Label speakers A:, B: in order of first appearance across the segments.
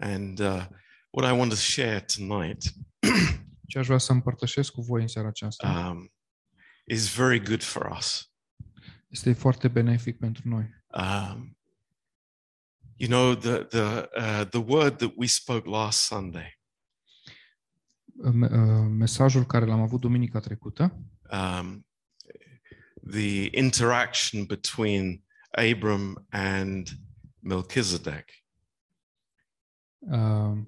A: And uh, what I want to share tonight
B: Ce aș vrea să împărtășesc cu voi în seara aceasta
A: um, is very good for us.
B: este foarte benefic pentru noi.
A: Um, you know, the, the, uh, the word that we spoke last Sunday
B: Me- uh, Mesajul care l-am avut duminica trecută,
A: um, the interaction between Abram and Melchizedek.
B: uh,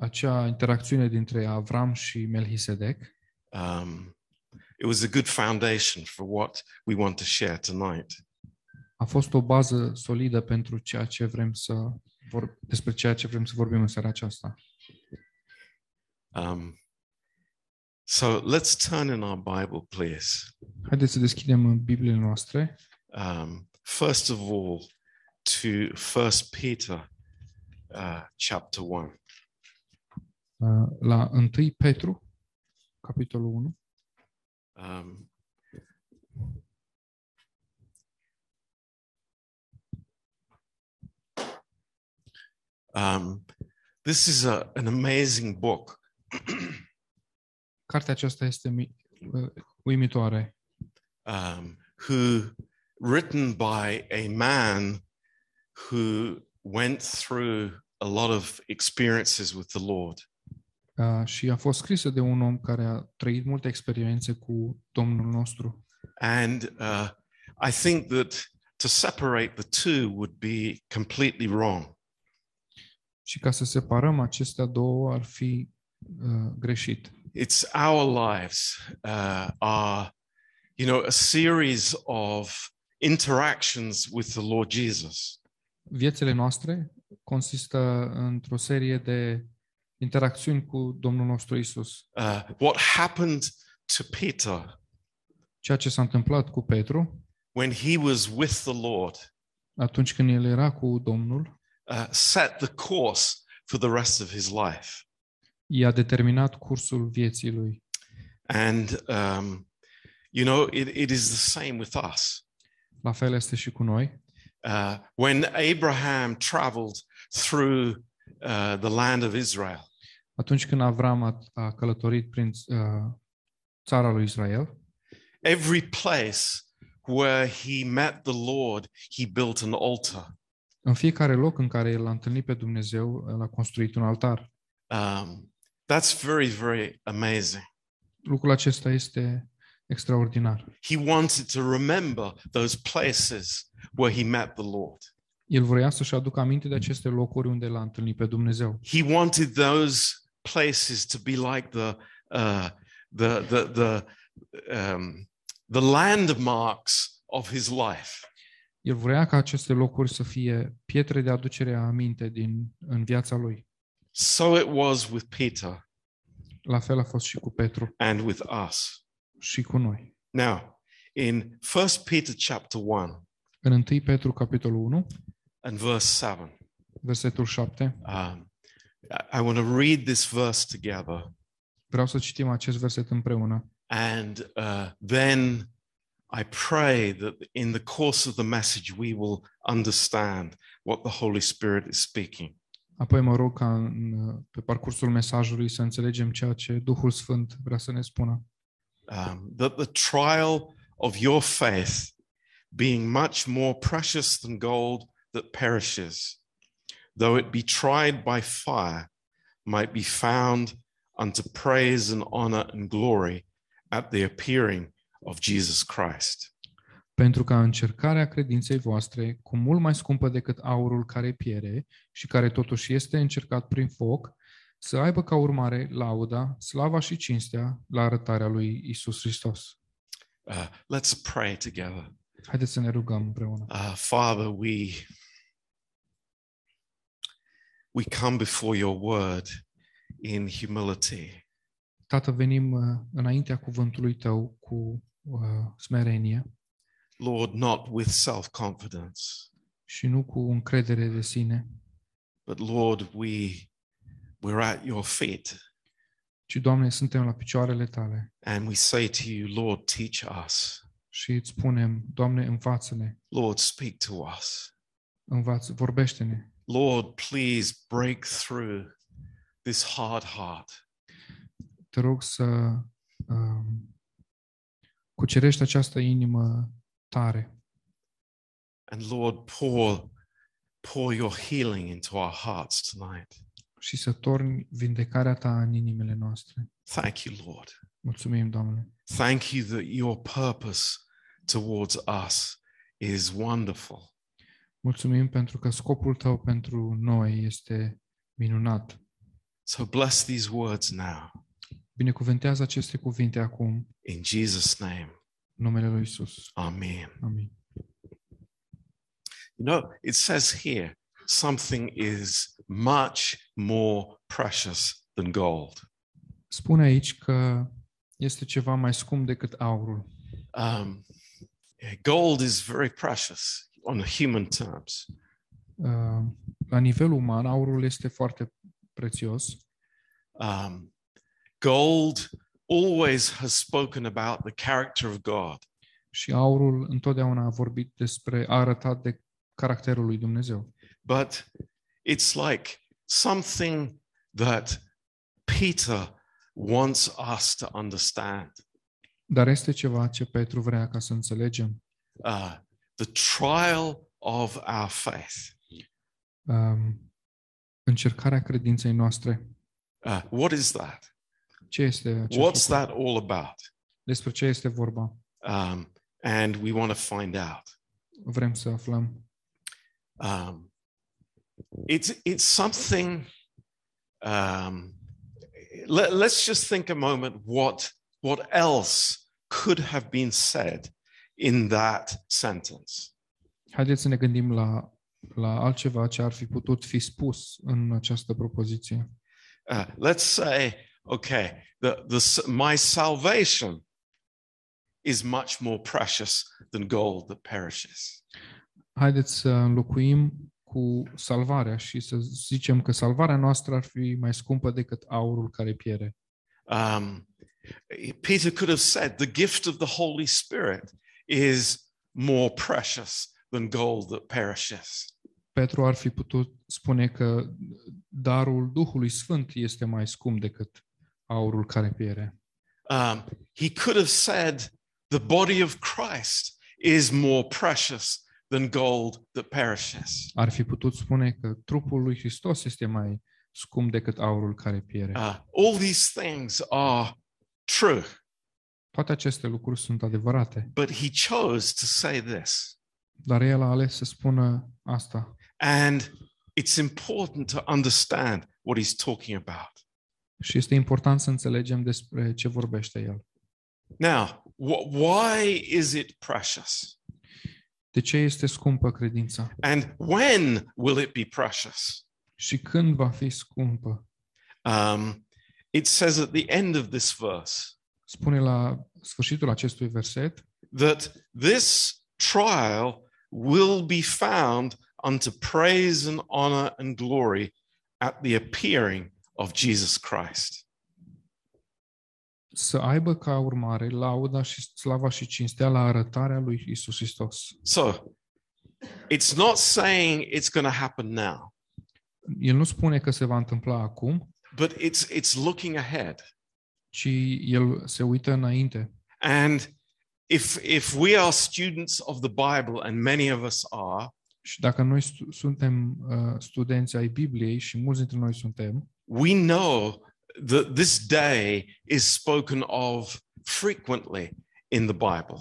B: acea interacțiune dintre Avram și Melchisedec,
A: Um, it was a good foundation for what we want to share tonight.
B: a fost o bază solidă pentru ceea ce vrem să vor, despre ceea ce vrem să vorbim în seara aceasta.
A: Um, so let's turn in our Bible, please.
B: Haideți să deschidem Bibliile noastre,
A: Um, first of all, to First Peter uh, chapter one.
B: uh, la 1 Petru, capitolul 1.
A: Um, um, this is a, an amazing book.
B: Cartea aceasta este mi- uh, uimitoare.
A: um, who written by a man who went through a lot of experiences with the Lord.
B: Uh, și a fost scrisă de un om care a trăit multe experiențe cu Domnul nostru.
A: And uh, I think that to separate the two would be completely wrong.
B: Și ca să separăm acestea două ar fi uh, greșit.
A: It's our lives uh, are, you know, a series of interactions with the Lord Jesus.
B: Viețile noastre consistă într-o serie de interacțiuni cu Domnul nostru Isus.
A: Uh, what happened to Peter
B: Ceea ce s-a întâmplat cu Petru
A: when he was with the Lord
B: atunci când el era cu Domnul
A: uh, set the course for the rest of his life.
B: i-a determinat cursul vieții lui.
A: And, um, you know, it, it is the same with us.
B: La fel este și cu noi.
A: Uh, when Abraham traveled through uh, the land of Israel,
B: Atunci când Avram a, a călătorit prin uh, țara lui Israel,
A: every place where he met the Lord, he built an altar.
B: În fiecare loc în care el l-a întâlnit pe Dumnezeu, el a construit un altar.
A: Um, that's very, very amazing.
B: Lucrul acesta este extraordinar.
A: He wanted to remember those places where he met the Lord.
B: El vrea să-și aducă aminte de aceste locuri unde l-a întâlnit pe Dumnezeu.
A: he wanted those places to be like the uh, the the the um, the landmarks of his life.
B: El vrea ca aceste locuri să fie pietre de aducere a aminte din, în viața lui.
A: So it was with Peter
B: La fel a fost și cu Petru
A: and with us.
B: și cu noi.
A: Now, in First Peter chapter one
B: În 1 Petru, capitolul 1,
A: and verse seven,
B: versetul 7,
A: um, I, I want to read this verse together,
B: vreau să citim acest verset împreună.
A: and uh, then. I pray that in the course of the message, we will understand what the Holy Spirit is speaking.
B: Apoi mă rog ca în, pe parcursul mesajului să înțelegem ceea ce Duhul Sfânt vrea să ne spună.
A: um, that the trial of your faith, being much more precious than gold that perishes, though it be tried by fire, might be found unto praise and honor and glory at the appearing of Jesus Christ.
B: pentru ca încercarea credinței voastre, cu mult mai scumpă decât aurul care piere și care totuși este încercat prin foc, să aibă ca urmare lauda, slava și cinstea la arătarea lui Isus Hristos.
A: Uh, let's pray together.
B: Haideți să ne rugăm împreună.
A: Uh, Father, we we come before your word in humility.
B: Tată, venim uh, înaintea cuvântului tău cu uh, smerenie
A: Lord, not with self-confidence.
B: și nu cu încredere de sine,
A: But Lord, we we're at your feet
B: ci, Doamne, suntem la picioarele tale
A: and we say to you, Lord, teach us.
B: și îți spunem, Doamne, învață-ne,
A: Lord, speak to us.
B: învață, vorbește-ne,
A: Lord, please break through this hard heart.
B: Te rog să um, cucerești această inimă tare
A: And Lord, pour, pour your healing into our hearts tonight.
B: și să torni vindecarea ta în inimile noastre.
A: Thank you, Lord.
B: Mulțumim, Doamne.
A: Thank you that your purpose towards us is wonderful.
B: Mulțumim pentru că scopul tău pentru noi este minunat.
A: So bless these words now
B: Binecuvântează aceste cuvinte acum, în
A: in Jesus' name.
B: numele lui Isus.
A: Amen.
B: Amin.
A: You know, it says here something is much more precious than gold.
B: Spune aici că este ceva mai scump decât aurul.
A: Um, yeah, gold is very precious on human terms,
B: Uh, La nivel uman, aurul este foarte prețios.
A: Um, gold always has spoken about the character of God.
B: Și aurul întotdeauna a vorbit despre, a arătat de caracterul lui Dumnezeu.
A: But it's like something that Peter wants us to understand.
B: Dar este ceva ce Petru vrea ca să înțelegem.
A: Uh, the trial of our faith.
B: Um, încercarea credinței noastre.
A: Uh, what is that?
B: Ce este acest
A: What's
B: lucru?
A: that all about?
B: Despre ce este vorba?
A: Um, and we want to find out.
B: Vrem să aflăm.
A: Um, it's it's something. Um, let, let's just think a moment. What what else could have been said in that sentence?
B: Haideți să ne gândim la, la altceva ce ar fi putut fi spus în această propoziție.
A: Uh, let's say, okay, the, the s- my salvation is much more precious than gold that perishes.
B: Haideți să înlocuim cu salvarea și să zicem că salvarea noastră ar fi mai scumpă decât aurul care piere.
A: Um, Peter could have said, The gift of the Holy Spirit is more precious than gold that perishes.
B: Petru ar fi putut spune că darul Duhului Sfânt este mai scump decât aurul care piere.
A: Um, he could have said, The body of Christ is more precious than gold that perishes.
B: Ar fi putut spune că trupul lui Hristos este mai scump decât aurul care piere.
A: Uh, all these things are true,
B: Toate aceste lucruri sunt adevărate,
A: but he chose to say this.
B: dar el a ales să spună asta.
A: And it's important to understand what he's talking about.
B: Și este important să înțelegem despre ce vorbește el.
A: Now, wh- why is it precious?
B: De ce este scumpă credința?
A: And when will it be precious?
B: Și când va fi scumpă?
A: Um, it says at the end of this verse
B: Spune la sfârșitul acestui verset
A: that this trial will be found unto praise and honor and glory at the appearing of Jesus Christ.
B: să aibă ca urmare lauda și slava și cinstea la arătarea lui Isus Hristos.
A: So it's not saying it's going to happen now,
B: El nu spune că se va întâmpla acum,
A: but it's it's looking ahead.
B: ci el se uită înainte.
A: And if if we are students of the Bible, and many of us are,
B: Și dacă noi stu- suntem uh, studenți ai Bibliei și mulți dintre noi suntem,
A: we know that this day is spoken of frequently in the Bible.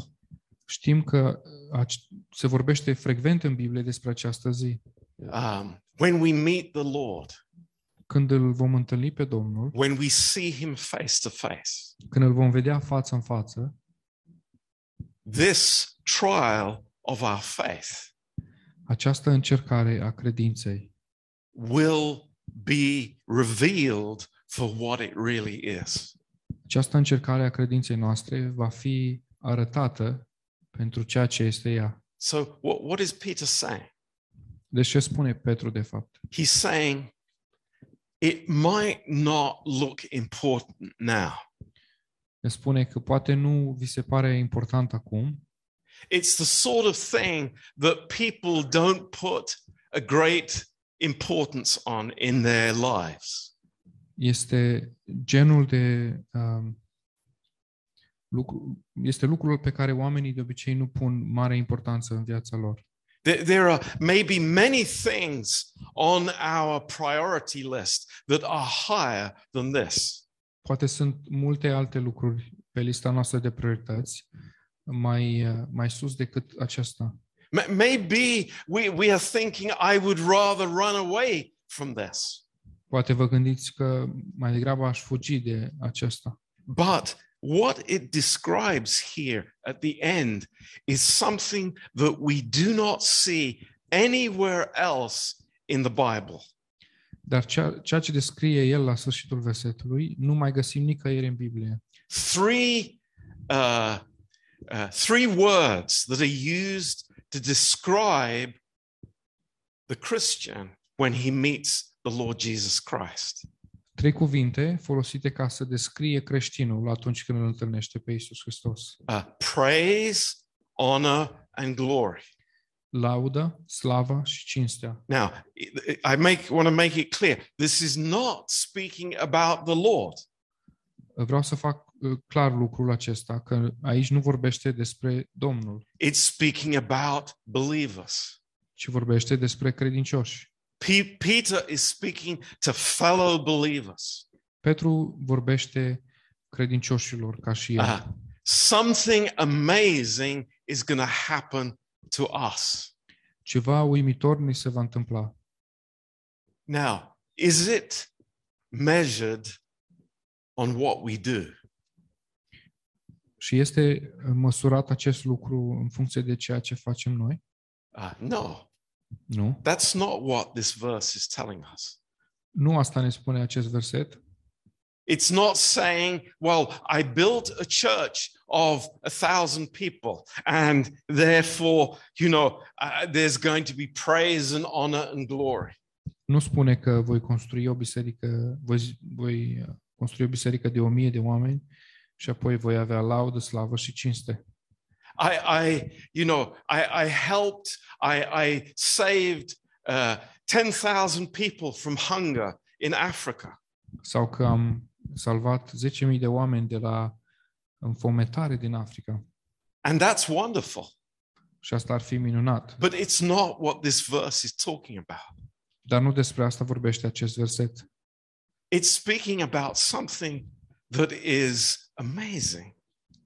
B: știm că uh, ac- se vorbește frecvent în Biblie despre această zi.
A: Um, when we meet the Lord,
B: Când îl vom întâlni pe Domnul,
A: when we see him face to face,
B: când îl vom vedea față în față,
A: this trial of our faith
B: această încercare a credinței
A: will be revealed for what it really is.
B: Această încercare a credinței noastre va fi arătată pentru ceea ce este ea.
A: So, what, what is Peter saying?
B: Deci ce spune Petru de fapt?
A: He's saying it might not look important now.
B: Ne spune că poate nu vi se pare important acum,
A: It's the sort of thing that people don't put a great importance on in their lives.
B: este genul de um, lucru, este lucrul pe care oamenii de obicei nu pun mare importanță în viața lor.
A: There, there are maybe many things on our priority list that are higher than this.
B: Poate sunt multe alte lucruri pe lista noastră de priorități mai, uh, mai sus decât aceasta.
A: M- Maybe we, we are thinking, I would rather run away from this.
B: Poate vă gândiți că mai degrabă aș fugi de aceasta.
A: But what it describes here at the end is something that we do not see anywhere else in the Bible.
B: Dar ceea, ceea ce descrie el la sfârșitul versetului nu mai găsim nicăieri în Biblie.
A: Three, uh, uh, three words that are used to describe the Christian when he meets the Lord Jesus Christ.
B: Trei cuvinte folosite ca să descrie creștinul atunci când îl întâlnește pe Iisus Hristos.
A: Uh, praise, honor, and glory.
B: Laudă, slava și cinstea.
A: Now, I- I make want to make it clear. This is not speaking about the Lord.
B: Vreau să fac uh, clar lucrul acesta, că aici nu vorbește despre Domnul,
A: It's speaking about believers.
B: ci vorbește despre credincioși.
A: Pe- Peter is speaking to fellow believers.
B: Petru vorbește credincioșilor ca și el.
A: Uh, something amazing is going to happen to us.
B: Ceva uimitor ni se va întâmpla.
A: Now, is it measured on what we do?
B: Și este uh, măsurat acest lucru în funcție de ceea ce facem noi?
A: Uh, no,
B: Nu.
A: that's not what this verse is telling us.
B: Nu asta ne spune acest verset.
A: It's not saying, well, I built a church of a thousand people, and therefore, you know, uh, there's going to be praise and honor and glory.
B: Nu spune că voi construi o biserică, voi, voi uh, construi o biserică de o mie de oameni și apoi voi avea laudă, slavă și cinste.
A: I, I you know, I, I helped, I, I saved uh, 10,000 people from hunger in Africa.
B: Sau că am salvat 10.000 de oameni de la înfometare din Africa.
A: And that's wonderful.
B: Și asta ar fi minunat.
A: But it's not what this verse is talking about.
B: Dar nu despre asta vorbește acest verset.
A: It's speaking about something that is amazing.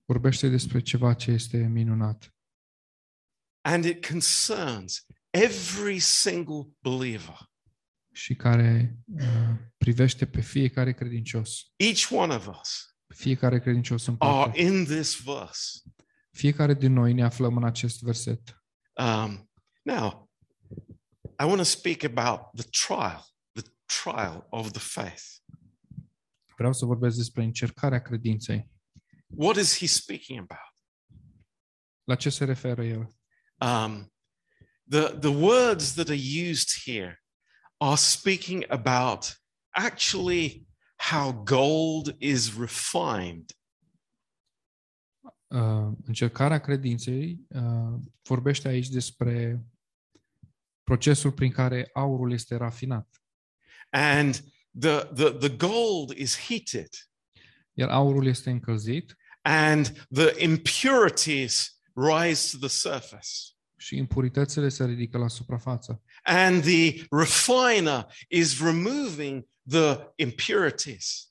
B: Vorbește despre ceva ce este minunat.
A: and it concerns every single believer.
B: și care uh, privește pe fiecare credincios.
A: Each one of us
B: Fiecare credincios în
A: are
B: parte.
A: in this verse.
B: Fiecare din noi ne aflăm în acest verset.
A: Um, now, I want to speak about the trial, the trial of the faith.
B: Vreau să vorbesc despre încercarea credinței.
A: What is he speaking about?
B: La ce se referă el?
A: Um, the, the words that are used here are speaking about actually how gold is refined.
B: Uh, încercarea credinței uh, vorbește aici despre procesul prin care aurul este rafinat.
A: And the, the, the gold is heated.
B: Iar aurul este încălzit
A: and the impurities rise to the surface.
B: și impuritățile se ridică la suprafață.
A: And the refiner is removing the impurities.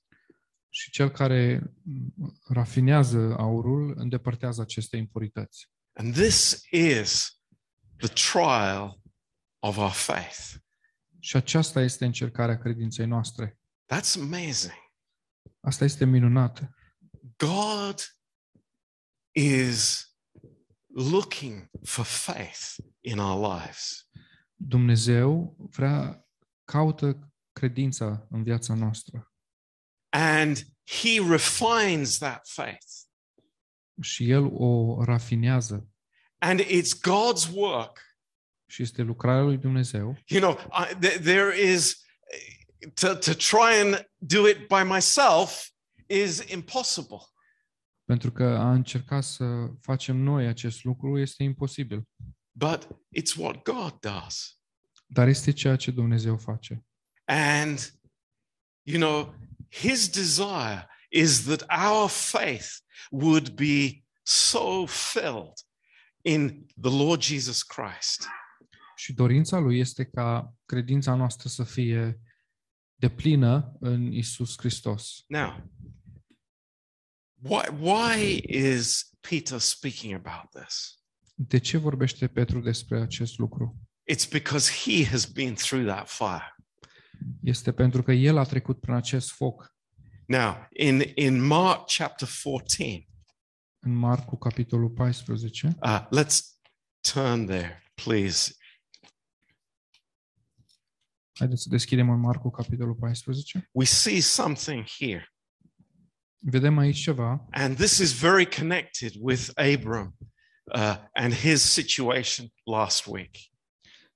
B: Și cel care mm, rafinează aurul îndepărtează aceste impurități.
A: And this is the trial of our faith.
B: Și aceasta este încercarea credinței noastre.
A: That's amazing.
B: Asta este minunat.
A: God is looking for faith in our lives.
B: Dumnezeu vrea, caută credința în viața noastră
A: And he refines that faith.
B: și El o rafinează
A: And it's God's work
B: și este lucrarea lui Dumnezeu.
A: you know I, th- there is to, to try and do it by myself is impossible
B: Pentru că a încerca să facem noi acest lucru este imposibil,
A: but it's what god does
B: dar este ceea ce Dumnezeu face.
A: And, you know, his desire is that our faith would be so filled in the Lord Jesus Christ
B: Și dorința lui este ca credința noastră să fie deplină în Isus Hristos.
A: Now, why, why is Peter speaking about this?
B: De ce vorbește Petru despre acest lucru?
A: It's because he has been through that fire.
B: Este pentru că el a trecut prin acest foc.
A: Now, in, in Mark chapter 14,
B: În Marcu, capitolul 14,
A: uh, let's turn there, please.
B: haideți să deschidem în Marcu, capitolul 14,
A: We see something here,
B: vedem aici ceva
A: and this is very connected with Abram uh, and his situation last week.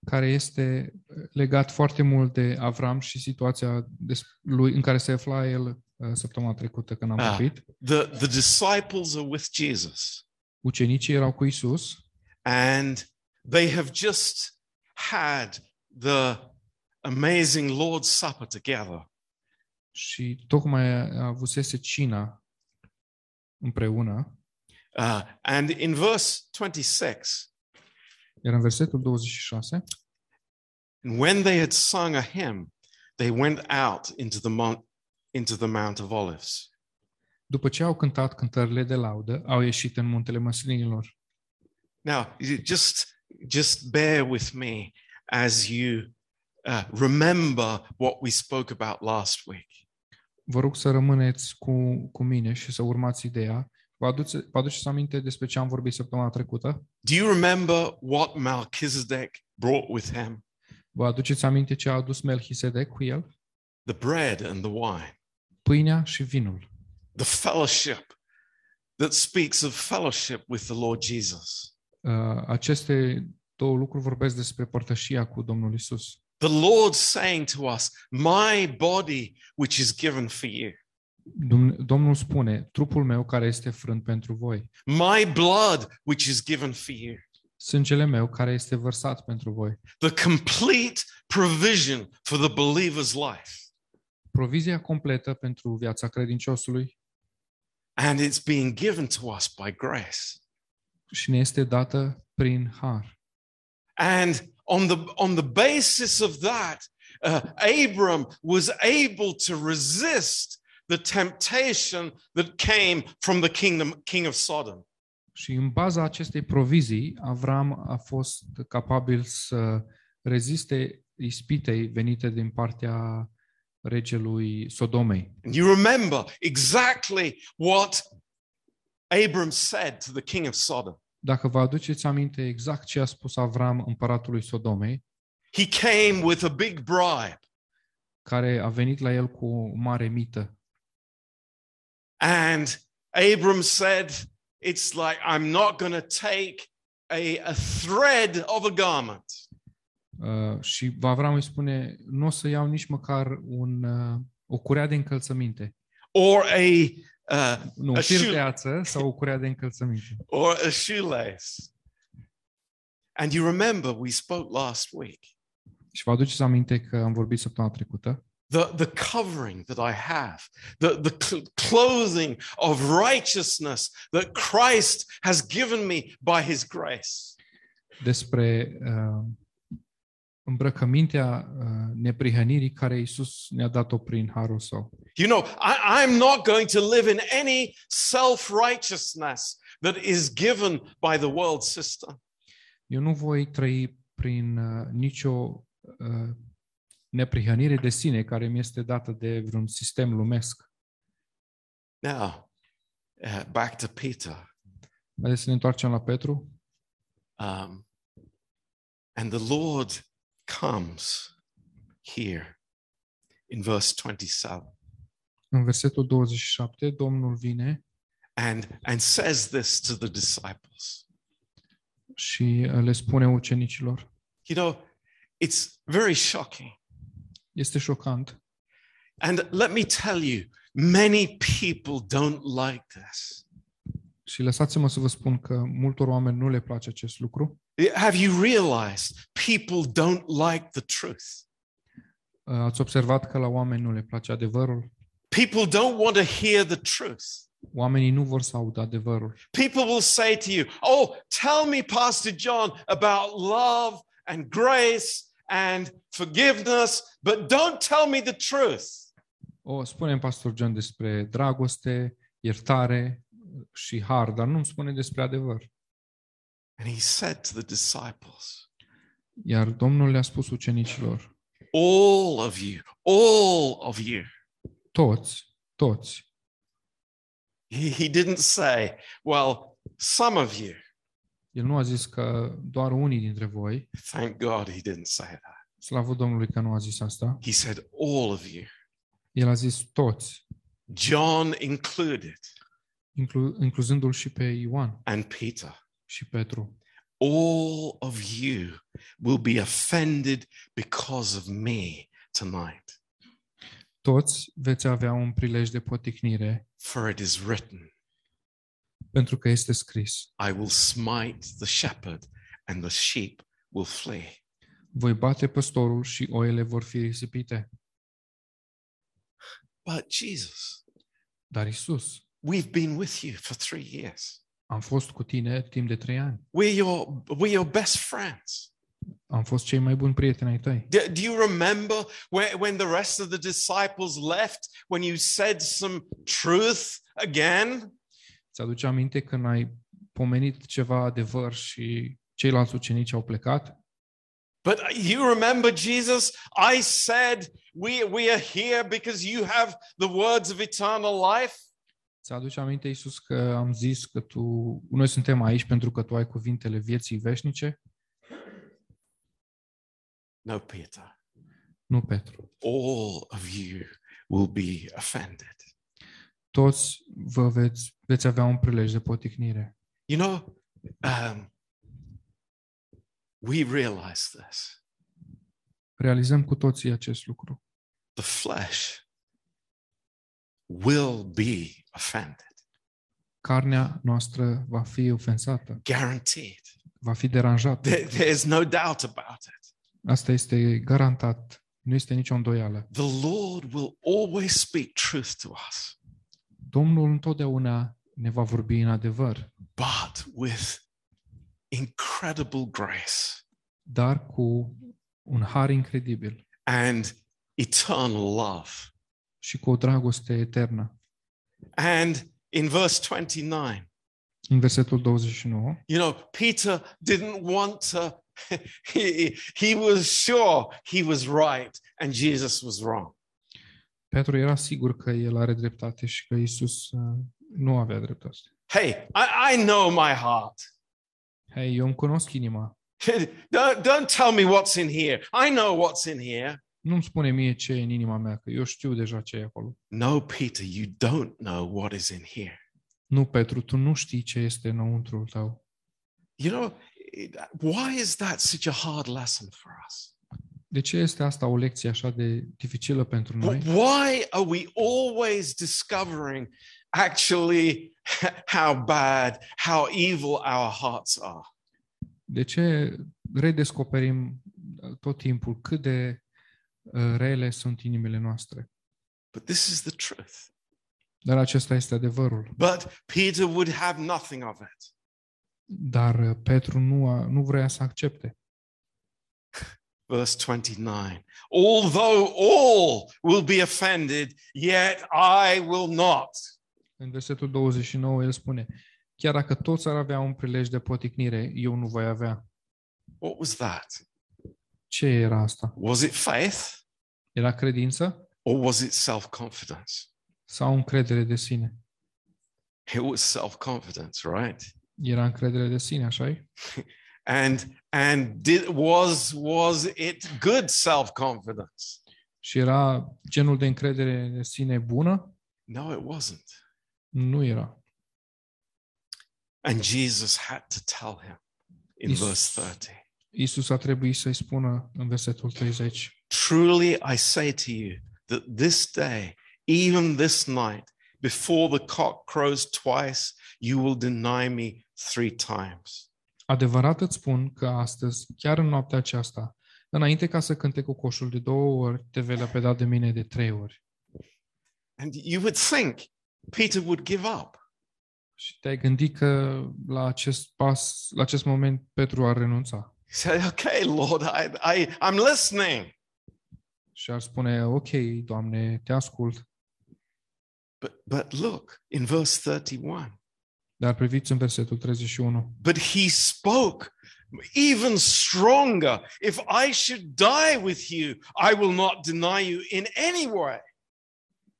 B: care este uh, legat foarte mult de Avram și situația des- lui în care se afla el uh, săptămâna trecută când am
A: Ah.
B: vorbit.
A: The, the disciples are with Jesus,
B: Ucenicii erau cu Isus
A: and they have just had the amazing Lord's Supper together.
B: și tocmai avusese cina împreună,
A: Uh, and in verse 26,
B: iar în versetul 26,
A: And when they had sung a hymn, they went out into the mount, into the Mount of Olives.
B: după ce au cântat cântările de laudă, au ieșit în muntele măslinilor.
A: Now, you just just bear with me as you uh, remember what we spoke about last week.
B: Vă rog să rămâneți cu, cu mine și să urmați ideea. Vă, aduce, vă aduceți aminte despre ce am vorbit săptămâna trecută?
A: Do you remember what Melchizedek brought with him?
B: Vă aduceți aminte ce a adus Melchisedec cu el?
A: The bread and the wine,
B: Pâinea și vinul.
A: the fellowship that speaks of fellowship with the Lord Jesus.
B: Uh, Aceste două lucruri vorbesc despre părtășia cu Domnul Isus.
A: The Lord saying to us, My body, which is given for you.
B: Domnul spune, trupul meu care este frânt pentru voi,
A: my blood which is given for you
B: sângele meu care este vărsat pentru voi.
A: the complete provision for the believer's life
B: Provizia completă pentru viața credinciosului
A: and it's being given to us by grace
B: și ne este dată prin har.
A: and on the on the basis of that uh, abram was able to resist the temptation that came from the kingdom king of sodom
B: Și în baza acestei provizii, Avram a fost capabil să reziste ispitei venite din partea regelui Sodomei.
A: and you remember exactly what abram said to the king of sodom
B: Dacă vă aduceți aminte exact ce a spus Avram împăratului Sodomei,
A: he came with a big bribe
B: care a venit la el cu o mare mită.
A: And Abram said, It's like, I'm not going to take a, a thread of a garment.
B: Uh, și Avram îi spune, nu o să iau nici măcar un, uh, o curea de încălțăminte.
A: Or a uh,
B: Nu,
A: A
B: un
A: shoe-
B: fir de ață sau o curea de încălțăminte.
A: or a shoelace. And you remember we spoke last week
B: Și vă aduceți aminte că am vorbit săptămâna trecută
A: the, the covering that I have, the, the cl- clothing of righteousness that Christ has given me by his grace.
B: despre uh, îmbrăcămintea uh, neprihănirii care Iisus ne-a dat-o prin harul său.
A: You know, I, I'm not going to live in any self righteousness that is given by the world system.
B: Eu nu voi trăi prin uh, nicio uh, neprihănire de sine care mi este dată de vreun sistem lumesc.
A: Now, uh, back to Peter.
B: Haideți să ne întoarcem la Petru.
A: Um, and the Lord comes here in verse 27
B: În versetul 27, Domnul vine
A: and, and says this to the disciples.
B: și uh, le spune ucenicilor.
A: You know, it's very shocking.
B: Este șocant.
A: And let me tell you, many people don't like this.
B: Și lăsați-mă să vă spun că multor oameni nu le place acest lucru.
A: Have you realized people don't like the truth?
B: Uh, Ați observat că la oameni nu le place adevărul?
A: People don't want to hear the truth.
B: Oamenii nu vor să audă adevărul.
A: People will say to you, Oh, tell me, Pastor John, about love and grace and forgiveness, but don't tell me the truth.
B: O, spune pastor John despre dragoste, iertare și har, dar nu-mi spune despre adevăr.
A: And he said to the disciples,
B: Iar Domnul le-a spus ucenicilor,
A: All of you, all of you.
B: toți, toți,
A: He, he didn't say, Well, some of you.
B: el nu a zis că doar unii dintre voi,
A: Thank God he didn't say that.
B: slavă Domnului că nu a zis asta,
A: He said, All of you,
B: el a zis toți,
A: John included,
B: inclu- incluzându-l și pe Ioan
A: and Peter.
B: și Petru.
A: all of you will be offended because of me tonight.
B: Toți veți avea un prilej de poticnire,
A: For it is written,
B: pentru că este scris,
A: I will smite the shepherd, and the sheep will flee.
B: voi bate păstorul și oile vor fi risipite.
A: But Jesus,
B: Dar Isus,
A: we've been with you for three years.
B: am fost cu tine timp de trei ani,
A: We're your, we're your best friends.
B: am fost cei mai buni prieteni ai tăi.
A: Do, do you remember where, when the rest of the disciples left, when you said some truth again?
B: Ți-aduce aminte când ai pomenit ceva adevăr și ceilalți ucenici au plecat?
A: But you remember, Jesus, I said, we, we are here because you have the words of eternal life.
B: Ți-aduce aminte, Iisus, că am zis că tu, noi suntem aici pentru că tu ai cuvintele vieții veșnice?
A: No, Peter,
B: Nu, Petru.
A: all of you will be offended.
B: Toți vă veți, veți avea un prilej de poticnire.
A: You know, um, we realize this.
B: Realizăm cu toții acest lucru.
A: The flesh will be offended,
B: Carnea noastră va fi ofensată,
A: guaranteed.
B: va fi deranjată.
A: There- there's no doubt about it.
B: Asta este garantat. Nu este nicio îndoială.
A: The Lord will always speak truth to us,
B: Domnul întotdeauna ne va vorbi în adevăr,
A: but with incredible grace.
B: dar cu un har incredibil
A: and eternal love.
B: și cu o dragoste eternă.
A: And in verse 29,
B: În versetul 29,
A: you know, Peter didn't want to, he, he was sure he was right and Jesus was wrong.
B: Petru era sigur că el are dreptate și că Isus uh, nu avea dreptate.
A: Hey, I, I know my heart.
B: Hei, eu îmi cunosc inima.
A: Don't, don't tell me what's in here. I know what's in here.
B: Nu-mi spune mie ce e în inima mea, că eu știu deja ce e acolo.
A: No, Peter, you don't know what is in here.
B: Nu, Petru, tu nu știi ce este înăuntrul tău.
A: You know, it- why is that such a hard lesson for us?
B: De ce este asta o lecție așa de dificilă pentru
A: But
B: noi?
A: Why are we always discovering actually how bad, how evil our hearts are?
B: De ce redescoperim uh, tot timpul cât de uh, rele sunt inimile noastre?
A: But this is the truth.
B: Dar acesta este adevărul.
A: But Peter would have nothing of it.
B: Dar uh, Petru nu, a, nu vrea să accepte.
A: Verse 29 Although all will be offended, yet I will not.
B: În versetul 29 el spune, chiar dacă toți ar avea un prilej de poticnire, eu nu voi avea.
A: What was that?
B: Ce era asta?
A: Was it faith
B: Era credință
A: or was it self confidence?
B: sau încredere de sine?
A: It was self confidence, right?
B: Era încredere de sine, așa -i?
A: And and did was was it good self confidence?
B: Și era genul de încredere de sine bună?
A: No, it wasn't.
B: Nu era.
A: And Jesus had to tell him in
B: Yes.
A: verse 30
B: Isus a trebuit să-i spună în versetul 30,
A: Truly I say to you that this day, even this night, before the cock crows twice, you will deny me three times.
B: Adevărat îți spun că astăzi, chiar în noaptea aceasta, înainte ca să cânte cocoșul de două ori, te vei lepăda de mine de trei ori.
A: And you would think Peter would give up.
B: Și te-ai gândit că la acest pas, la acest moment, Petru ar renunța.
A: He said, Okay, Lord, I, I, I'm listening.
B: Și ar spune, ok, Doamne, te ascult.
A: But, but look in verse 31.
B: Dar priviți în versetul 31.
A: But he spoke even stronger. If I should die with you, I will not deny you in any way.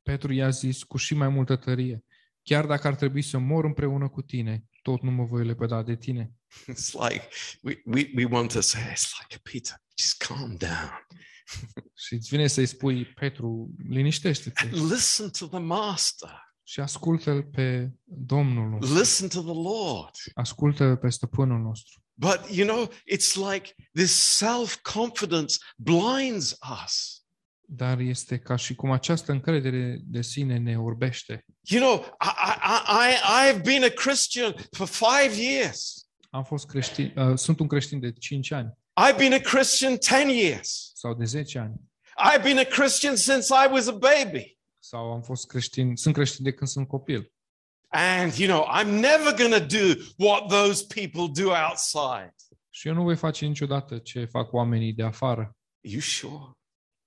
B: Petru i-a zis cu și mai multă tărie, chiar dacă ar trebui să mor împreună cu tine, tot nu mă voi lepăda de tine.
A: It's like we, we, we want to say, it's like Peter, just calm down.
B: Și îți vine să-i spui, Petru, liniștește-te
A: Listen to the Master.
B: și ascultă-l pe Domnul nostru,
A: Listen to the Lord.
B: ascultă-l pe stăpânul nostru.
A: But you know, it's like this self confidence blinds us.
B: Dar este ca și cum această încredere de sine ne orbește.
A: You know, I, I, I, I have been a Christian for five years,
B: Am fost creștin, uh, sunt un creștin de 5 ani
A: I've been a Christian 10 years.
B: sau de 10 ani
A: I've been a Christian since I was a baby.
B: sau am fost creștin, sunt creștin de când sunt copil.
A: And, you know, I'm never going to do what those people do outside.
B: Și eu nu voi face niciodată ce fac oamenii de afară.
A: Are you sure?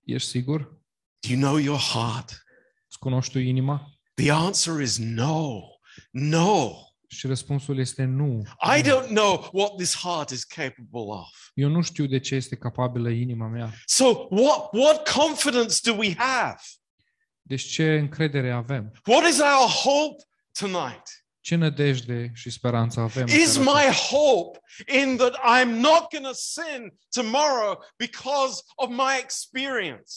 B: Ești sigur?
A: Do you know your heart?
B: Îți cunoști tu inima?
A: The answer is no, no.
B: Și răspunsul este nu.
A: I don't know what this heart is capable of.
B: Eu nu știu de ce este capabilă inima mea.
A: So, what, what confidence do we have?
B: Deci ce încredere avem?
A: What is our hope tonight?
B: Ce nădejde și speranță avem? în
A: Is
B: seara
A: my
B: aceasta?
A: hope in that I'm not going to sin tomorrow because of my experience?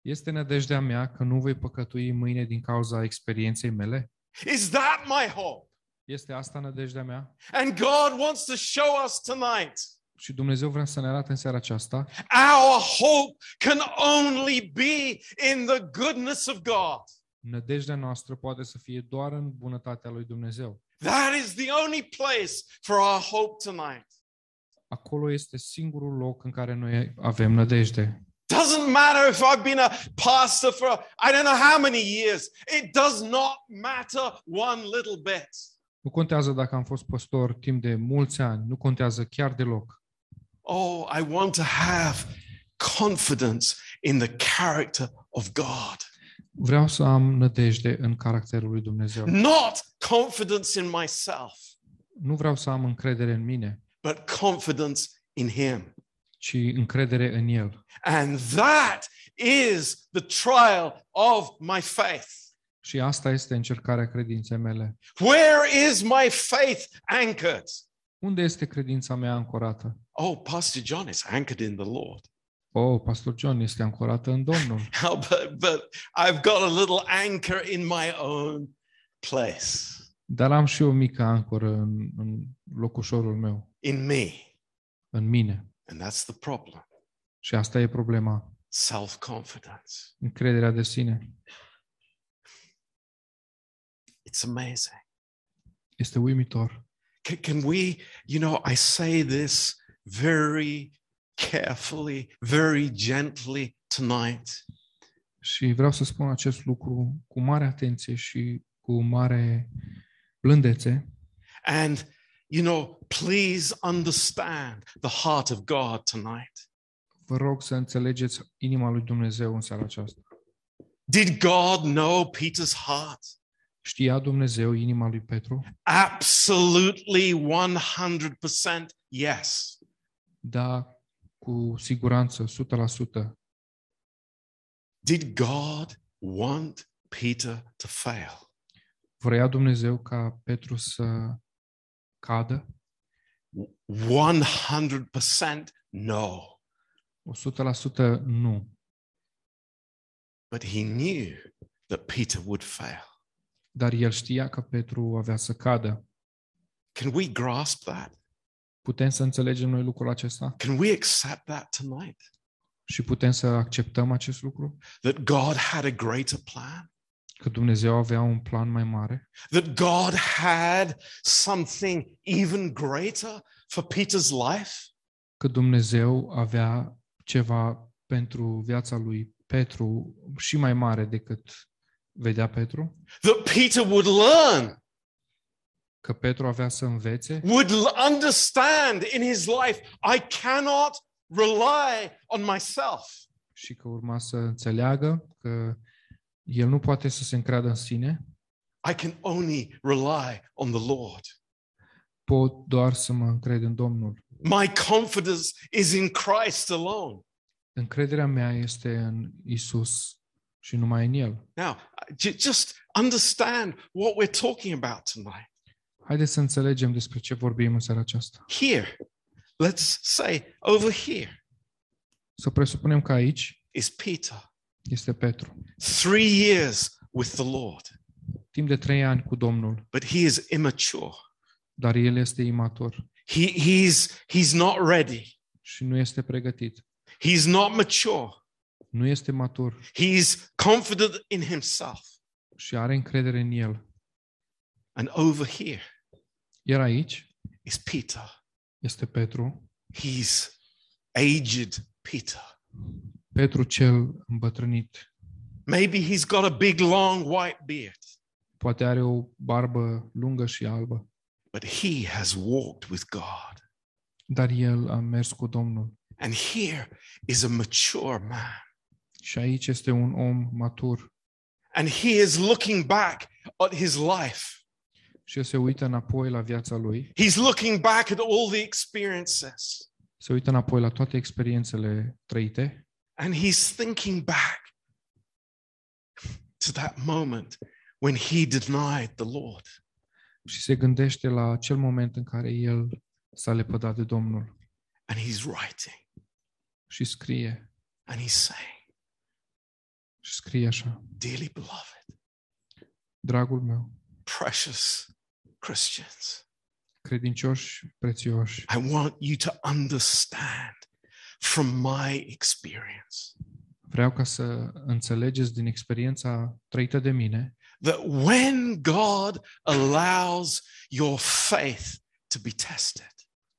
B: Este nădejdea mea că nu voi păcătui mâine din cauza experienței mele?
A: Is that my hope?
B: Este asta nădejdea mea?
A: And God wants to show us tonight
B: Și Dumnezeu vrea să ne arate în seara aceasta
A: our hope can only be in the goodness of God.
B: Nădejdea noastră poate să fie doar în bunătatea lui Dumnezeu.
A: That is the only place for our hope tonight.
B: Acolo este singurul loc în care noi avem nădejde.
A: Doesn't matter if I've been a pastor for I don't know how many years. It does not matter one little bit.
B: Nu contează dacă am fost păstor timp de mulți ani, nu contează chiar deloc.
A: Oh, I want to have confidence in the character of God,
B: Vreau să am nădejde în caracterul lui Dumnezeu.
A: not confidence in myself,
B: Nu vreau să am încredere în mine,
A: but confidence in Him.
B: ci încredere în El.
A: And that is the trial of my faith.
B: Și asta este încercarea credinței mele.
A: Where is my faith anchored?
B: Unde este credința mea ancorată?
A: Oh, Pastor John is anchored in the Lord.
B: Oh, pastor John este ancorată în Domnul.
A: Oh, but, but I've got a little anchor in my own place,
B: Dar am și o mică ancoră în, în locușorul meu,
A: in me.
B: în mine.
A: And that's the problem
B: Și asta e problema,
A: self confidence.
B: încrederea de sine.
A: It's amazing.
B: Este uimitor.
A: Can, can we, you know, I say this very carefully, very gently tonight.
B: Și vreau să spun acest lucru cu mare atenție și cu mare blândețe
A: And, you know, please understand the heart of God tonight.
B: vă rog să înțelegeți inima lui Dumnezeu în seara aceasta.
A: Did God know Peter's heart?
B: Știa Dumnezeu inima lui Petru?
A: Absolutely 100% yes.
B: Da, cu siguranță, 100%.
A: Did God want Peter to fail?
B: Vrea Dumnezeu ca Petru să cadă?
A: 100% no.
B: 100% nu.
A: But he knew that Peter would fail.
B: Dar el știa că Petru avea să cadă.
A: Can we grasp that?
B: Putem să înțelegem noi lucrul acesta?
A: Can we accept that tonight?
B: Și putem să acceptăm acest lucru?
A: That God had a greater plan?
B: Că Dumnezeu avea un plan mai mare?
A: That God had something even greater for Peter's life?
B: că Dumnezeu avea ceva pentru viața lui Petru și mai mare decât vedea Petru,
A: That Peter would learn,
B: că Petru avea să învețe,
A: would l- understand in his life, I cannot rely on myself.
B: și că urma să înțeleagă că el nu poate să se încreadă în sine,
A: I can only rely on the Lord.
B: pot doar să mă încred în Domnul.
A: My confidence is in Christ alone.
B: Încrederea mea este în Isus și numai în El.
A: Now, uh, j- just understand what we're talking about tonight.
B: Haideți să înțelegem despre ce vorbim în seara aceasta.
A: Here, let's say over here
B: Să presupunem că aici
A: is Peter,
B: este Petru.
A: three years with the Lord,
B: Timp de trei ani cu Domnul,
A: but he is immature.
B: dar el este imator
A: He, he's, he's not ready.
B: și nu este pregătit.
A: He's not mature.
B: Nu este matur
A: He's confident in himself.
B: și are încredere în el.
A: And over here
B: Iar aici
A: is Peter.
B: este Petru,
A: He's aged Peter.
B: Petru cel îmbătrânit.
A: Maybe he's got a big, long white beard,
B: Poate are o barbă lungă și albă,
A: but he has walked with God.
B: dar el a mers cu Domnul.
A: And here is a mature man.
B: Și aici este un om matur
A: And he is looking back at his life.
B: și el se uită înapoi la viața lui,
A: He's looking back at all the experiences.
B: se uită înapoi la toate experiențele trăite
A: And he's thinking back to that moment when he denied the Lord.
B: și se gândește la acel moment în care el s-a lepădat de Domnul
A: And he's writing
B: și scrie,
A: and he's saying,
B: și scrie așa,
A: Dearly beloved,
B: Dragul meu,
A: precious Christians,
B: credincioși prețioși,
A: I want you to understand from my experience
B: vreau ca să înțelegeți din experiența trăită de mine
A: that when God allows your faith to be tested,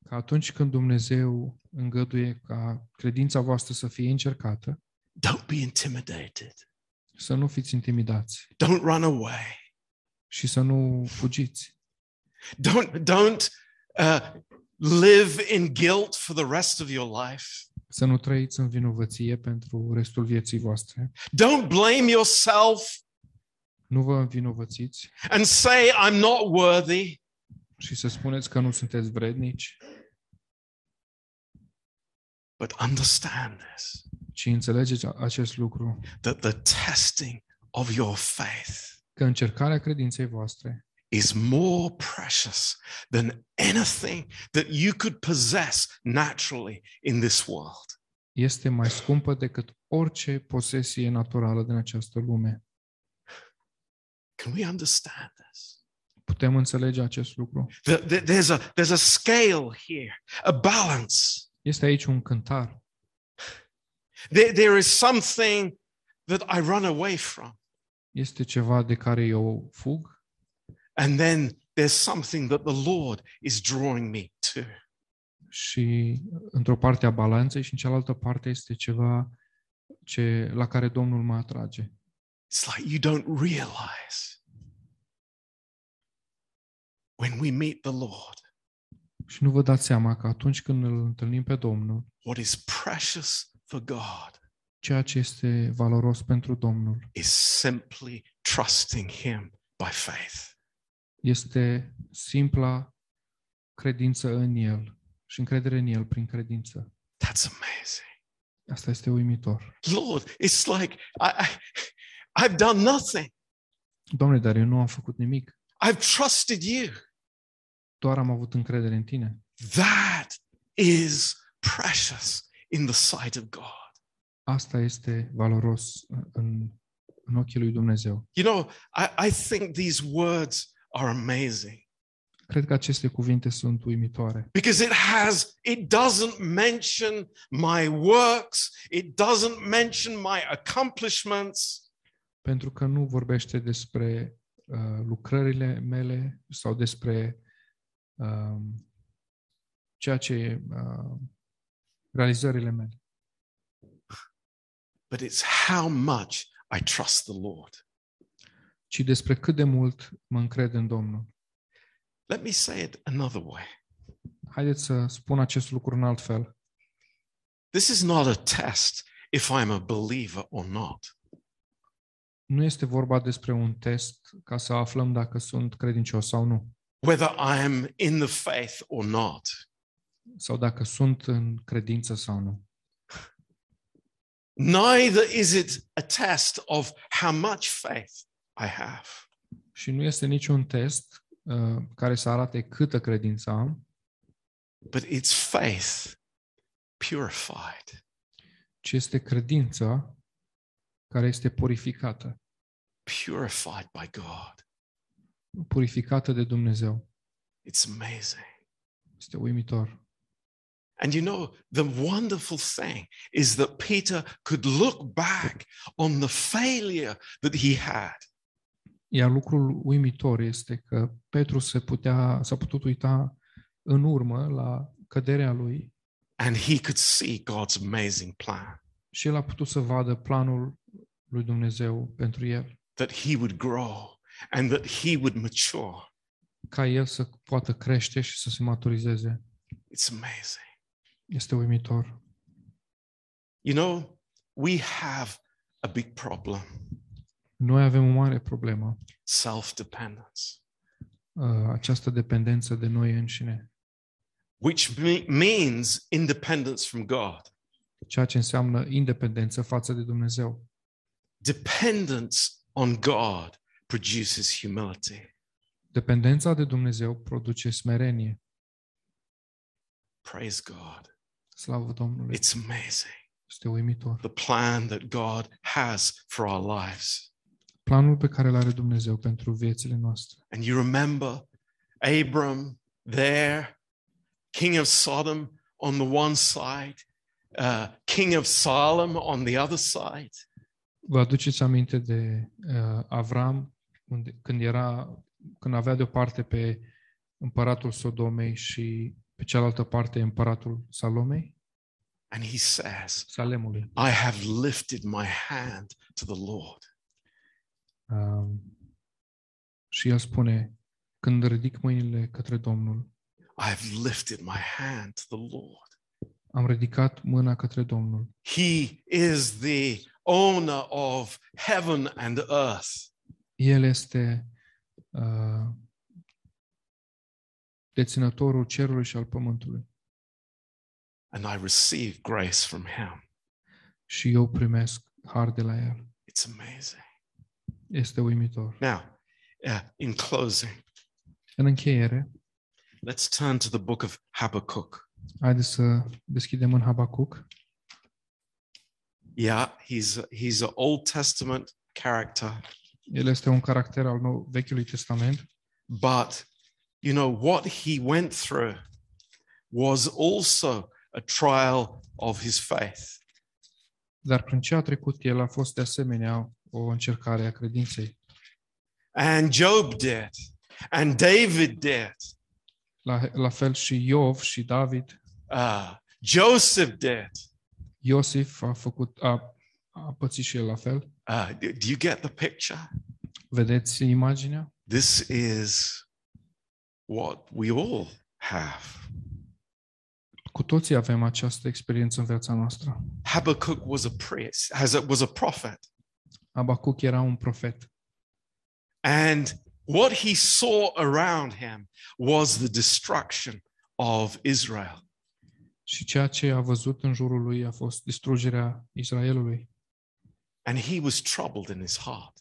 B: că atunci când Dumnezeu îngăduie ca credința voastră să fie încercată,
A: don't be intimidated.
B: să nu fiți intimidați
A: Don't run away.
B: și să nu fugiți.
A: Don't don't uh, live in guilt for the rest of your life.
B: Să nu trăiți în vinovăție pentru restul vieții voastre.
A: Don't blame yourself
B: Nu vă învinovățiți
A: and say I'm not worthy.
B: și să spuneți că nu sunteți vrednici,
A: But understand this:
B: ci înțelegeți a- acest lucru,
A: that the testing of your faith
B: că încercarea credinței voastre
A: is more precious than anything that you could possess naturally in this world.
B: este mai scumpă decât orice posesie naturală din această lume.
A: Can we understand this?
B: Putem înțelege acest lucru?
A: That that there's a there's a scale here, a balance.
B: Este aici un cântar.
A: There, there is something that I run away from,
B: Este ceva de care eu fug
A: and then there's something that the Lord is drawing me to.
B: și într-o parte a balanței și în cealaltă parte este ceva ce, la care Domnul mă atrage.
A: It's like you don't realize when we meet the Lord
B: Și nu vă dați seama că atunci când îl întâlnim pe Domnul,
A: what is precious for God
B: ceea ce este valoros pentru Domnul
A: is simply trusting Him by faith.
B: este simpla credință în El și încredere în El prin credință.
A: That's amazing.
B: Asta este uimitor.
A: Lord, it's like I, I, I've done nothing,
B: Doamne, dar eu nu am făcut nimic,
A: I've trusted you.
B: doar am avut încredere în Tine.
A: That is precious in the sight of God.
B: Asta este valoros uh, în, în ochii lui Dumnezeu.
A: You know, I, I think these words are amazing
B: Cred că aceste cuvinte sunt uimitoare,
A: because it has, it doesn't mention my works, it doesn't mention my accomplishments,
B: pentru că nu vorbește despre uh, lucrările mele sau despre um, ceea ce e uh, realizările mele,
A: but it's how much I trust the Lord.
B: ci despre cât de mult mă încred în Domnul.
A: Let me say it another way.
B: Haideți să spun acest lucru în alt fel.
A: This is not a test if I'm a believer or not.
B: Nu este vorba despre un test ca să aflăm dacă sunt credincios sau nu,
A: whether I'm in the faith or not.
B: sau dacă sunt în credință sau nu.
A: Neither is it a test of how much faith I have.
B: Și nu este niciun test uh, care să arate câtă credință am,
A: but it's faith purified.
B: ci este credința care este purificată,
A: Purified by God.
B: purificată de Dumnezeu.
A: It's amazing.
B: Este uimitor.
A: And you know, the wonderful thing is that Peter could look back on the failure that he had
B: Iar lucrul uimitor este că Petru se putea, s-a putut uita în urmă la căderea lui
A: and he could see God's amazing plan
B: și el a putut să vadă planul lui Dumnezeu pentru el,
A: that he would grow and that he would mature.
B: ca el să poată crește și să se maturizeze.
A: It's amazing.
B: Este uimitor.
A: You know, we have a big problem
B: Noi avem o mare problemă,
A: self dependence,
B: uh, această dependență de noi înșine,
A: which me- means independence from God,
B: ceea ce înseamnă independență față de Dumnezeu.
A: dependence on God. Produces humility,
B: Dependența de Dumnezeu produce smerenie.
A: praise God.
B: Slavă Domnului!
A: It's amazing
B: Este uimitor.
A: the plan that God has for our lives.
B: Planul pe care îl are Dumnezeu pentru viețile noastre.
A: And you remember Abram there, king of Sodom on the one side, uh, king of Salem on the other side.
B: Vă aduceți aminte de uh, Avram, unde, când, era, când avea de o parte pe împăratul Sodomei și pe cealaltă parte împăratul Salomei?
A: And he says,
B: Salemului.
A: I have lifted my hand to the Lord.
B: Um, și el spune, când ridic mâinile către Domnul,
A: I have lifted my hand to the Lord.
B: am ridicat mâna către Domnul.
A: He is the owner of heaven and earth.
B: El este uh, deținătorul cerului și al pământului.
A: And I receive grace from him.
B: Și eu primesc har de la el.
A: It's amazing.
B: Este uimitor.
A: Now, uh, in closing,
B: În încheiere,
A: let's turn to the book of Habakkuk.
B: haideți să deschidem în Habacuc.
A: Yeah, he's, he's an Old Testament character,
B: El este un caracter al nou, Vechiului Testament,
A: but you know what he went through was also a trial of his faith.
B: dar prin ce a trecut el a fost de asemenea o încercare a credinței.
A: And Job did. And David did.
B: La, la fel și Iov și David
A: Uh, Joseph did.
B: Iosif a făcut, a, a pățit și el la fel.
A: Uh, do do you get the picture?
B: Vedeți imaginea?
A: This is what we all have.
B: Cu toții avem această experiență în viața noastră.
A: Habakkuk was a priest, has a, was a prophet,
B: Abacuc era un profet
A: and what he saw around him was the destruction of Israel.
B: și ceea ce a văzut în jurul lui a fost distrugerea Israelului.
A: And he was troubled in his heart.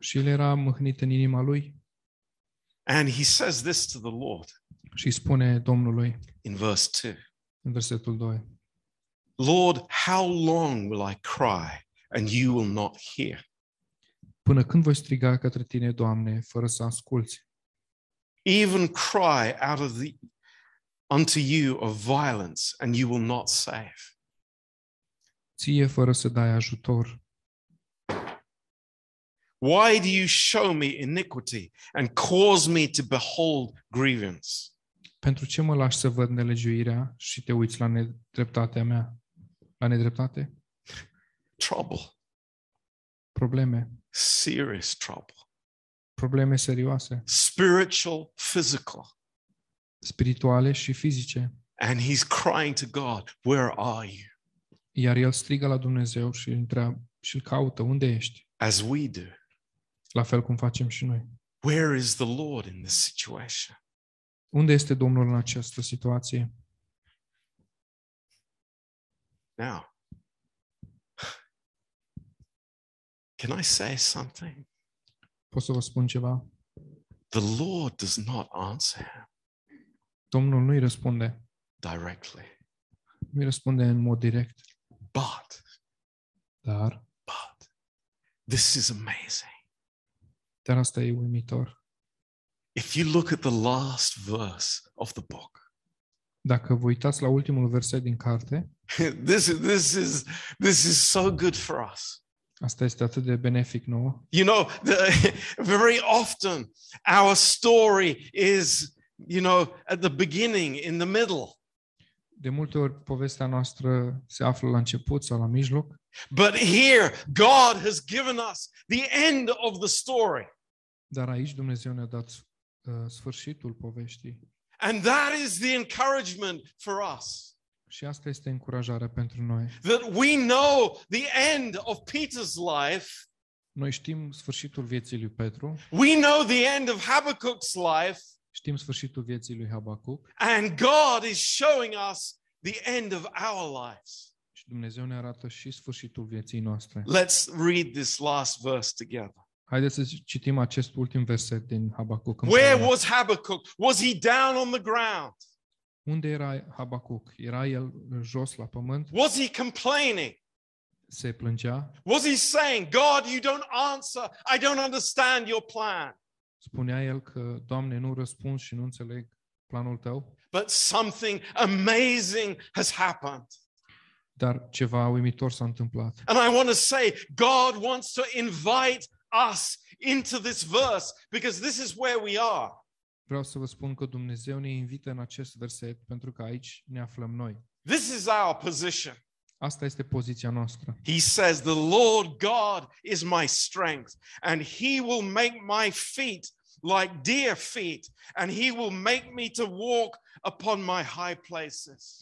B: Și el era mâhnit în inima lui
A: And he says this to the Lord
B: și îi spune Domnului
A: in verse 2.
B: în versetul 2.
A: Lord, how long will I cry and you will not hear?
B: Până când voi striga către tine, Doamne, fără să asculți?
A: Even cry out of the unto you of violence and you will not save.
B: Ție fără să dai ajutor?
A: Why do you show me iniquity and cause me to behold grievance?
B: Pentru ce mă lași să văd nelegiuirea și te uiți la nedreptatea mea? La nedreptate?
A: Trouble,
B: Probleme.
A: serious trouble,
B: Probleme serioase,
A: spiritual, physical.
B: spirituale și fizice.
A: And he's crying to God, Where are you?
B: Iar el strigă la Dumnezeu și îl întreabă și îl caută, unde ești?
A: As we do.
B: La fel cum facem și noi.
A: Where is the Lord in this situation?
B: Unde este Domnul în această situație?
A: Now, can I say something?
B: Pot să vă spun ceva?
A: The Lord does not answer him
B: Domnul nu-i răspunde.
A: directly,
B: Nu-i răspunde în mod direct.
A: but,
B: Dar,
A: but, this is amazing.
B: dar asta e uimitor.
A: If you look at the last verse of the book,
B: Dacă vă uitați la ultimul verset din carte,
A: this is this is this is so good for us.
B: asta este atât de benefic nouă.
A: You know, the, very often our story is, you know, at the beginning, in the middle.
B: De multe ori povestea noastră se află la început sau la mijloc,
A: But here, God has given us the end of the story.
B: dar aici Dumnezeu ne-a dat uh, sfârșitul poveștii.
A: And that is the encouragement for us
B: Și asta este încurajarea pentru noi.
A: that we know the end of Peter's life.
B: Noi știm sfârșitul vieții lui Petru,
A: We know the end of Habakkuk's life.
B: știm sfârșitul vieții lui Habacuc
A: And God is showing us the end of our lives.
B: și Dumnezeu ne arată și sfârșitul vieții noastre.
A: Let's read this last verse together.
B: Haideți să citim acest ultim verset din Habacuc.
A: Where was Habakkuk? Was he down on the ground?
B: Unde era Habacuc? Era el jos la pământ?
A: Was he complaining?
B: Se plângea?
A: Was he saying, God, you don't answer. I don't understand your plan.
B: Spunea el că, Doamne, nu răspund și nu înțeleg planul tău?
A: But something amazing has happened.
B: Dar ceva uimitor s-a întâmplat.
A: And I want to say, God wants to invite us into this verse because this is where we are.
B: Vreau să vă spun că Dumnezeu ne invită în acest verset pentru că aici ne aflăm noi.
A: This is our position.
B: Asta este poziția noastră.
A: He says, The Lord God is my strength, and he will make my feet like deer feet, and he will make me to walk upon my high places.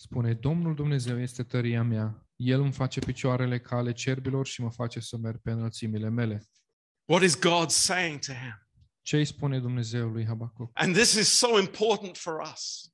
B: Spune, Domnul Dumnezeu este tăria mea. El îmi face picioarele ca ale cerbilor și mă face să merg pe înălțimile mele.
A: What is God saying to him?
B: Ce îi spune Dumnezeu lui Habacuc?
A: And this is so important for us.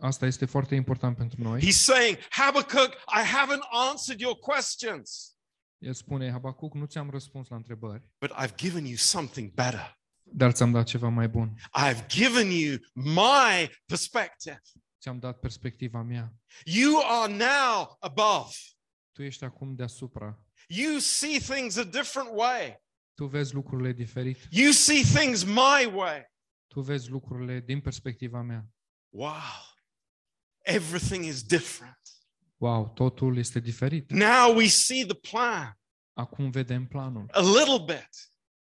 B: Asta este foarte important pentru noi.
A: He's saying, Habakkuk, I haven't answered your questions,
B: El spune, Habacuc, nu ți-am răspuns la întrebări,
A: but I've given you something better.
B: dar ți-am dat ceva mai bun.
A: I've given you my perspective.
B: Ți-am dat perspectiva mea.
A: You are now above.
B: Tu ești acum deasupra.
A: You see things a different way.
B: Tu vezi lucrurile diferit.
A: You see things my way.
B: Tu vezi lucrurile din perspectiva mea.
A: Wow. Everything is different.
B: Wow, totul este diferit.
A: Now we see the plan
B: Acum vedem planul.
A: a little bit.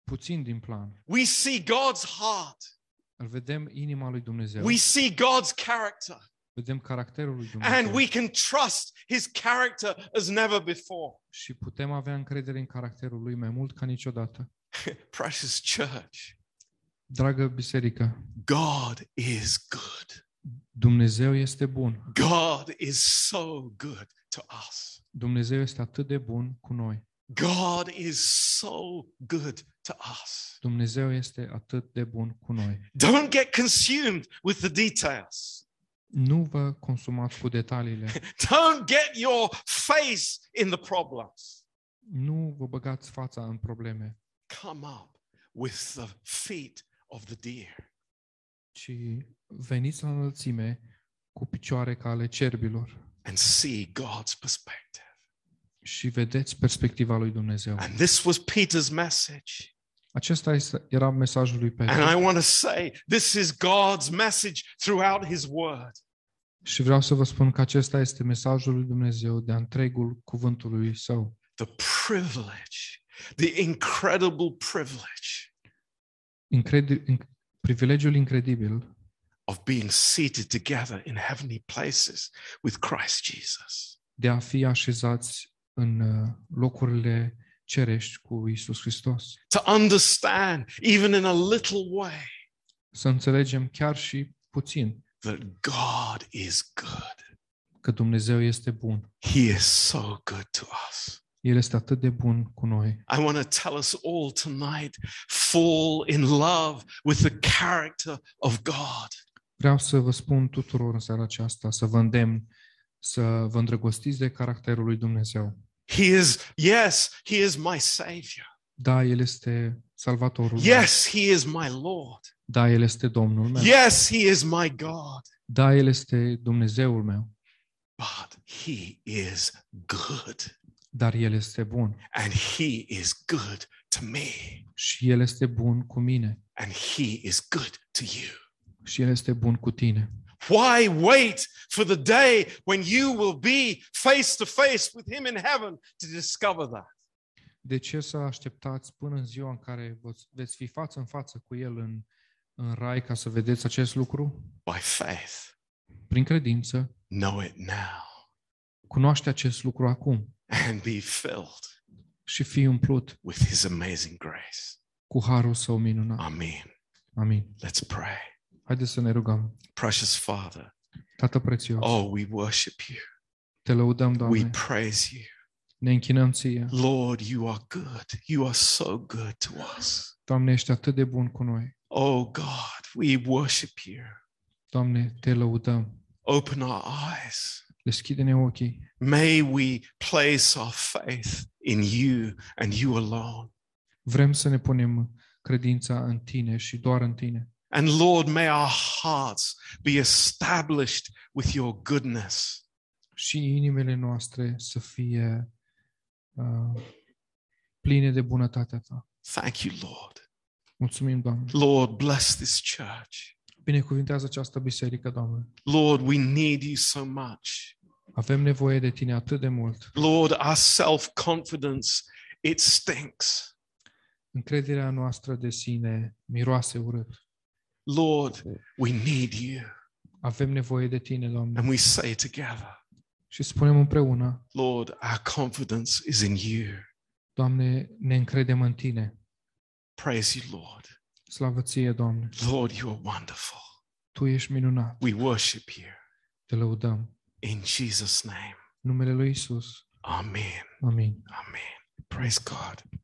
B: Puțin din plan.
A: We see God's heart.
B: Îl vedem inima lui Dumnezeu.
A: We see God's character.
B: Vedem caracterul lui
A: And
B: Dumnezeu.
A: we can trust his character as never before.
B: Și putem avea încredere în caracterul lui mai mult ca niciodată.
A: Precious church,
B: Dragă biserică,
A: God is good.
B: Dumnezeu este bun.
A: God is so good to us.
B: Dumnezeu este atât de bun cu noi.
A: God is so good to us.
B: Dumnezeu este atât de bun cu noi.
A: Don't get consumed with the details.
B: Nu vă consumați cu detaliile.
A: Don't get your face in the problems.
B: Nu vă băgați fața în probleme,
A: Come up with the feet of the deer.
B: ci veniți la înălțime cu picioare ca ale cerbilor
A: and see God's perspective.
B: și vedeți perspectiva lui Dumnezeu.
A: And this was Peter's message.
B: Acesta este- era mesajul lui
A: And I
B: Petru.
A: want to say this is God's message throughout his word.
B: Și vreau să vă spun că acesta este mesajul lui Dumnezeu de-a întregul cuvântului său.
A: The privilege, the incredible privilege
B: Incredi- in- privilegiul incredibil
A: of being seated together in heavenly places with Christ Jesus.
B: de a fi așezați în uh, locurile cerești cu Isus Hristos.
A: To understand, even in a little way,
B: Să înțelegem chiar și puțin
A: that God is good.
B: că Dumnezeu este bun.
A: He is so good to us.
B: El este atât de bun cu noi.
A: I want to tell us all tonight fall in love with the character of God.
B: Vreau să vă spun tuturor în seara aceasta, să vă îndemn, să vă îndrăgostiți de caracterul lui Dumnezeu.
A: He is, yes, He is my Savior.
B: Da, El este Salvatorul meu.
A: Yes, He is my Lord.
B: Da, El este Domnul meu.
A: Yes, He is my God.
B: Da, El este Dumnezeul meu.
A: But He is good.
B: Dar El este bun.
A: And He is good to me.
B: Și El este bun cu mine.
A: And He is good to you.
B: Și El este bun cu tine.
A: Why wait for the day when you will be face to face with Him in heaven to discover that?
B: De ce să așteptați până în ziua în care vă, veți fi față în față cu El în, în rai ca să vedeți acest lucru?
A: By faith,
B: Prin credință,
A: know it now
B: cunoaște acest lucru acum
A: and be filled
B: și fii umplut
A: with His amazing grace.
B: cu harul său minunat.
A: Amen.
B: Amin.
A: Let's pray.
B: Haideți să ne rugăm.
A: Precious Father,
B: Tată prețios,
A: oh, we worship you.
B: te lăudăm,
A: We
B: Doamne,
A: praise you.
B: ne închinăm Ție.
A: Lord, you are good. You are so good to us.
B: Doamne, ești atât de bun cu noi.
A: Oh God, we worship you.
B: Doamne, te lăudăm.
A: Open our eyes.
B: Deschide-ne ochii.
A: May we place our faith in you and you alone.
B: Vrem să ne punem credința în Tine și doar în Tine.
A: And Lord, may our hearts be established with your goodness.
B: și inimile noastre să fie uh, pline de bunătatea ta.
A: Thank you, Lord.
B: Mulțumim, Doamne.
A: Lord, bless this church.
B: Binecuvintează această biserică, Doamne.
A: Lord, we need you so much.
B: Avem nevoie de tine atât de mult.
A: Lord, our self confidence, it stinks.
B: Încrederea noastră de sine miroase urât.
A: Lord, we need you.
B: Avem nevoie de tine, Doamne.
A: And we say together,
B: Și spunem împreună,
A: Lord, our confidence is in you.
B: Doamne, ne încredem în tine.
A: Praise you, Lord.
B: Slavă ție, Doamne.
A: Lord, you are wonderful.
B: Tu ești minunat.
A: We worship you.
B: Te lăudăm.
A: In Jesus' name.
B: Numele lui Isus.
A: Amen.
B: Amin.
A: Amen. Praise God.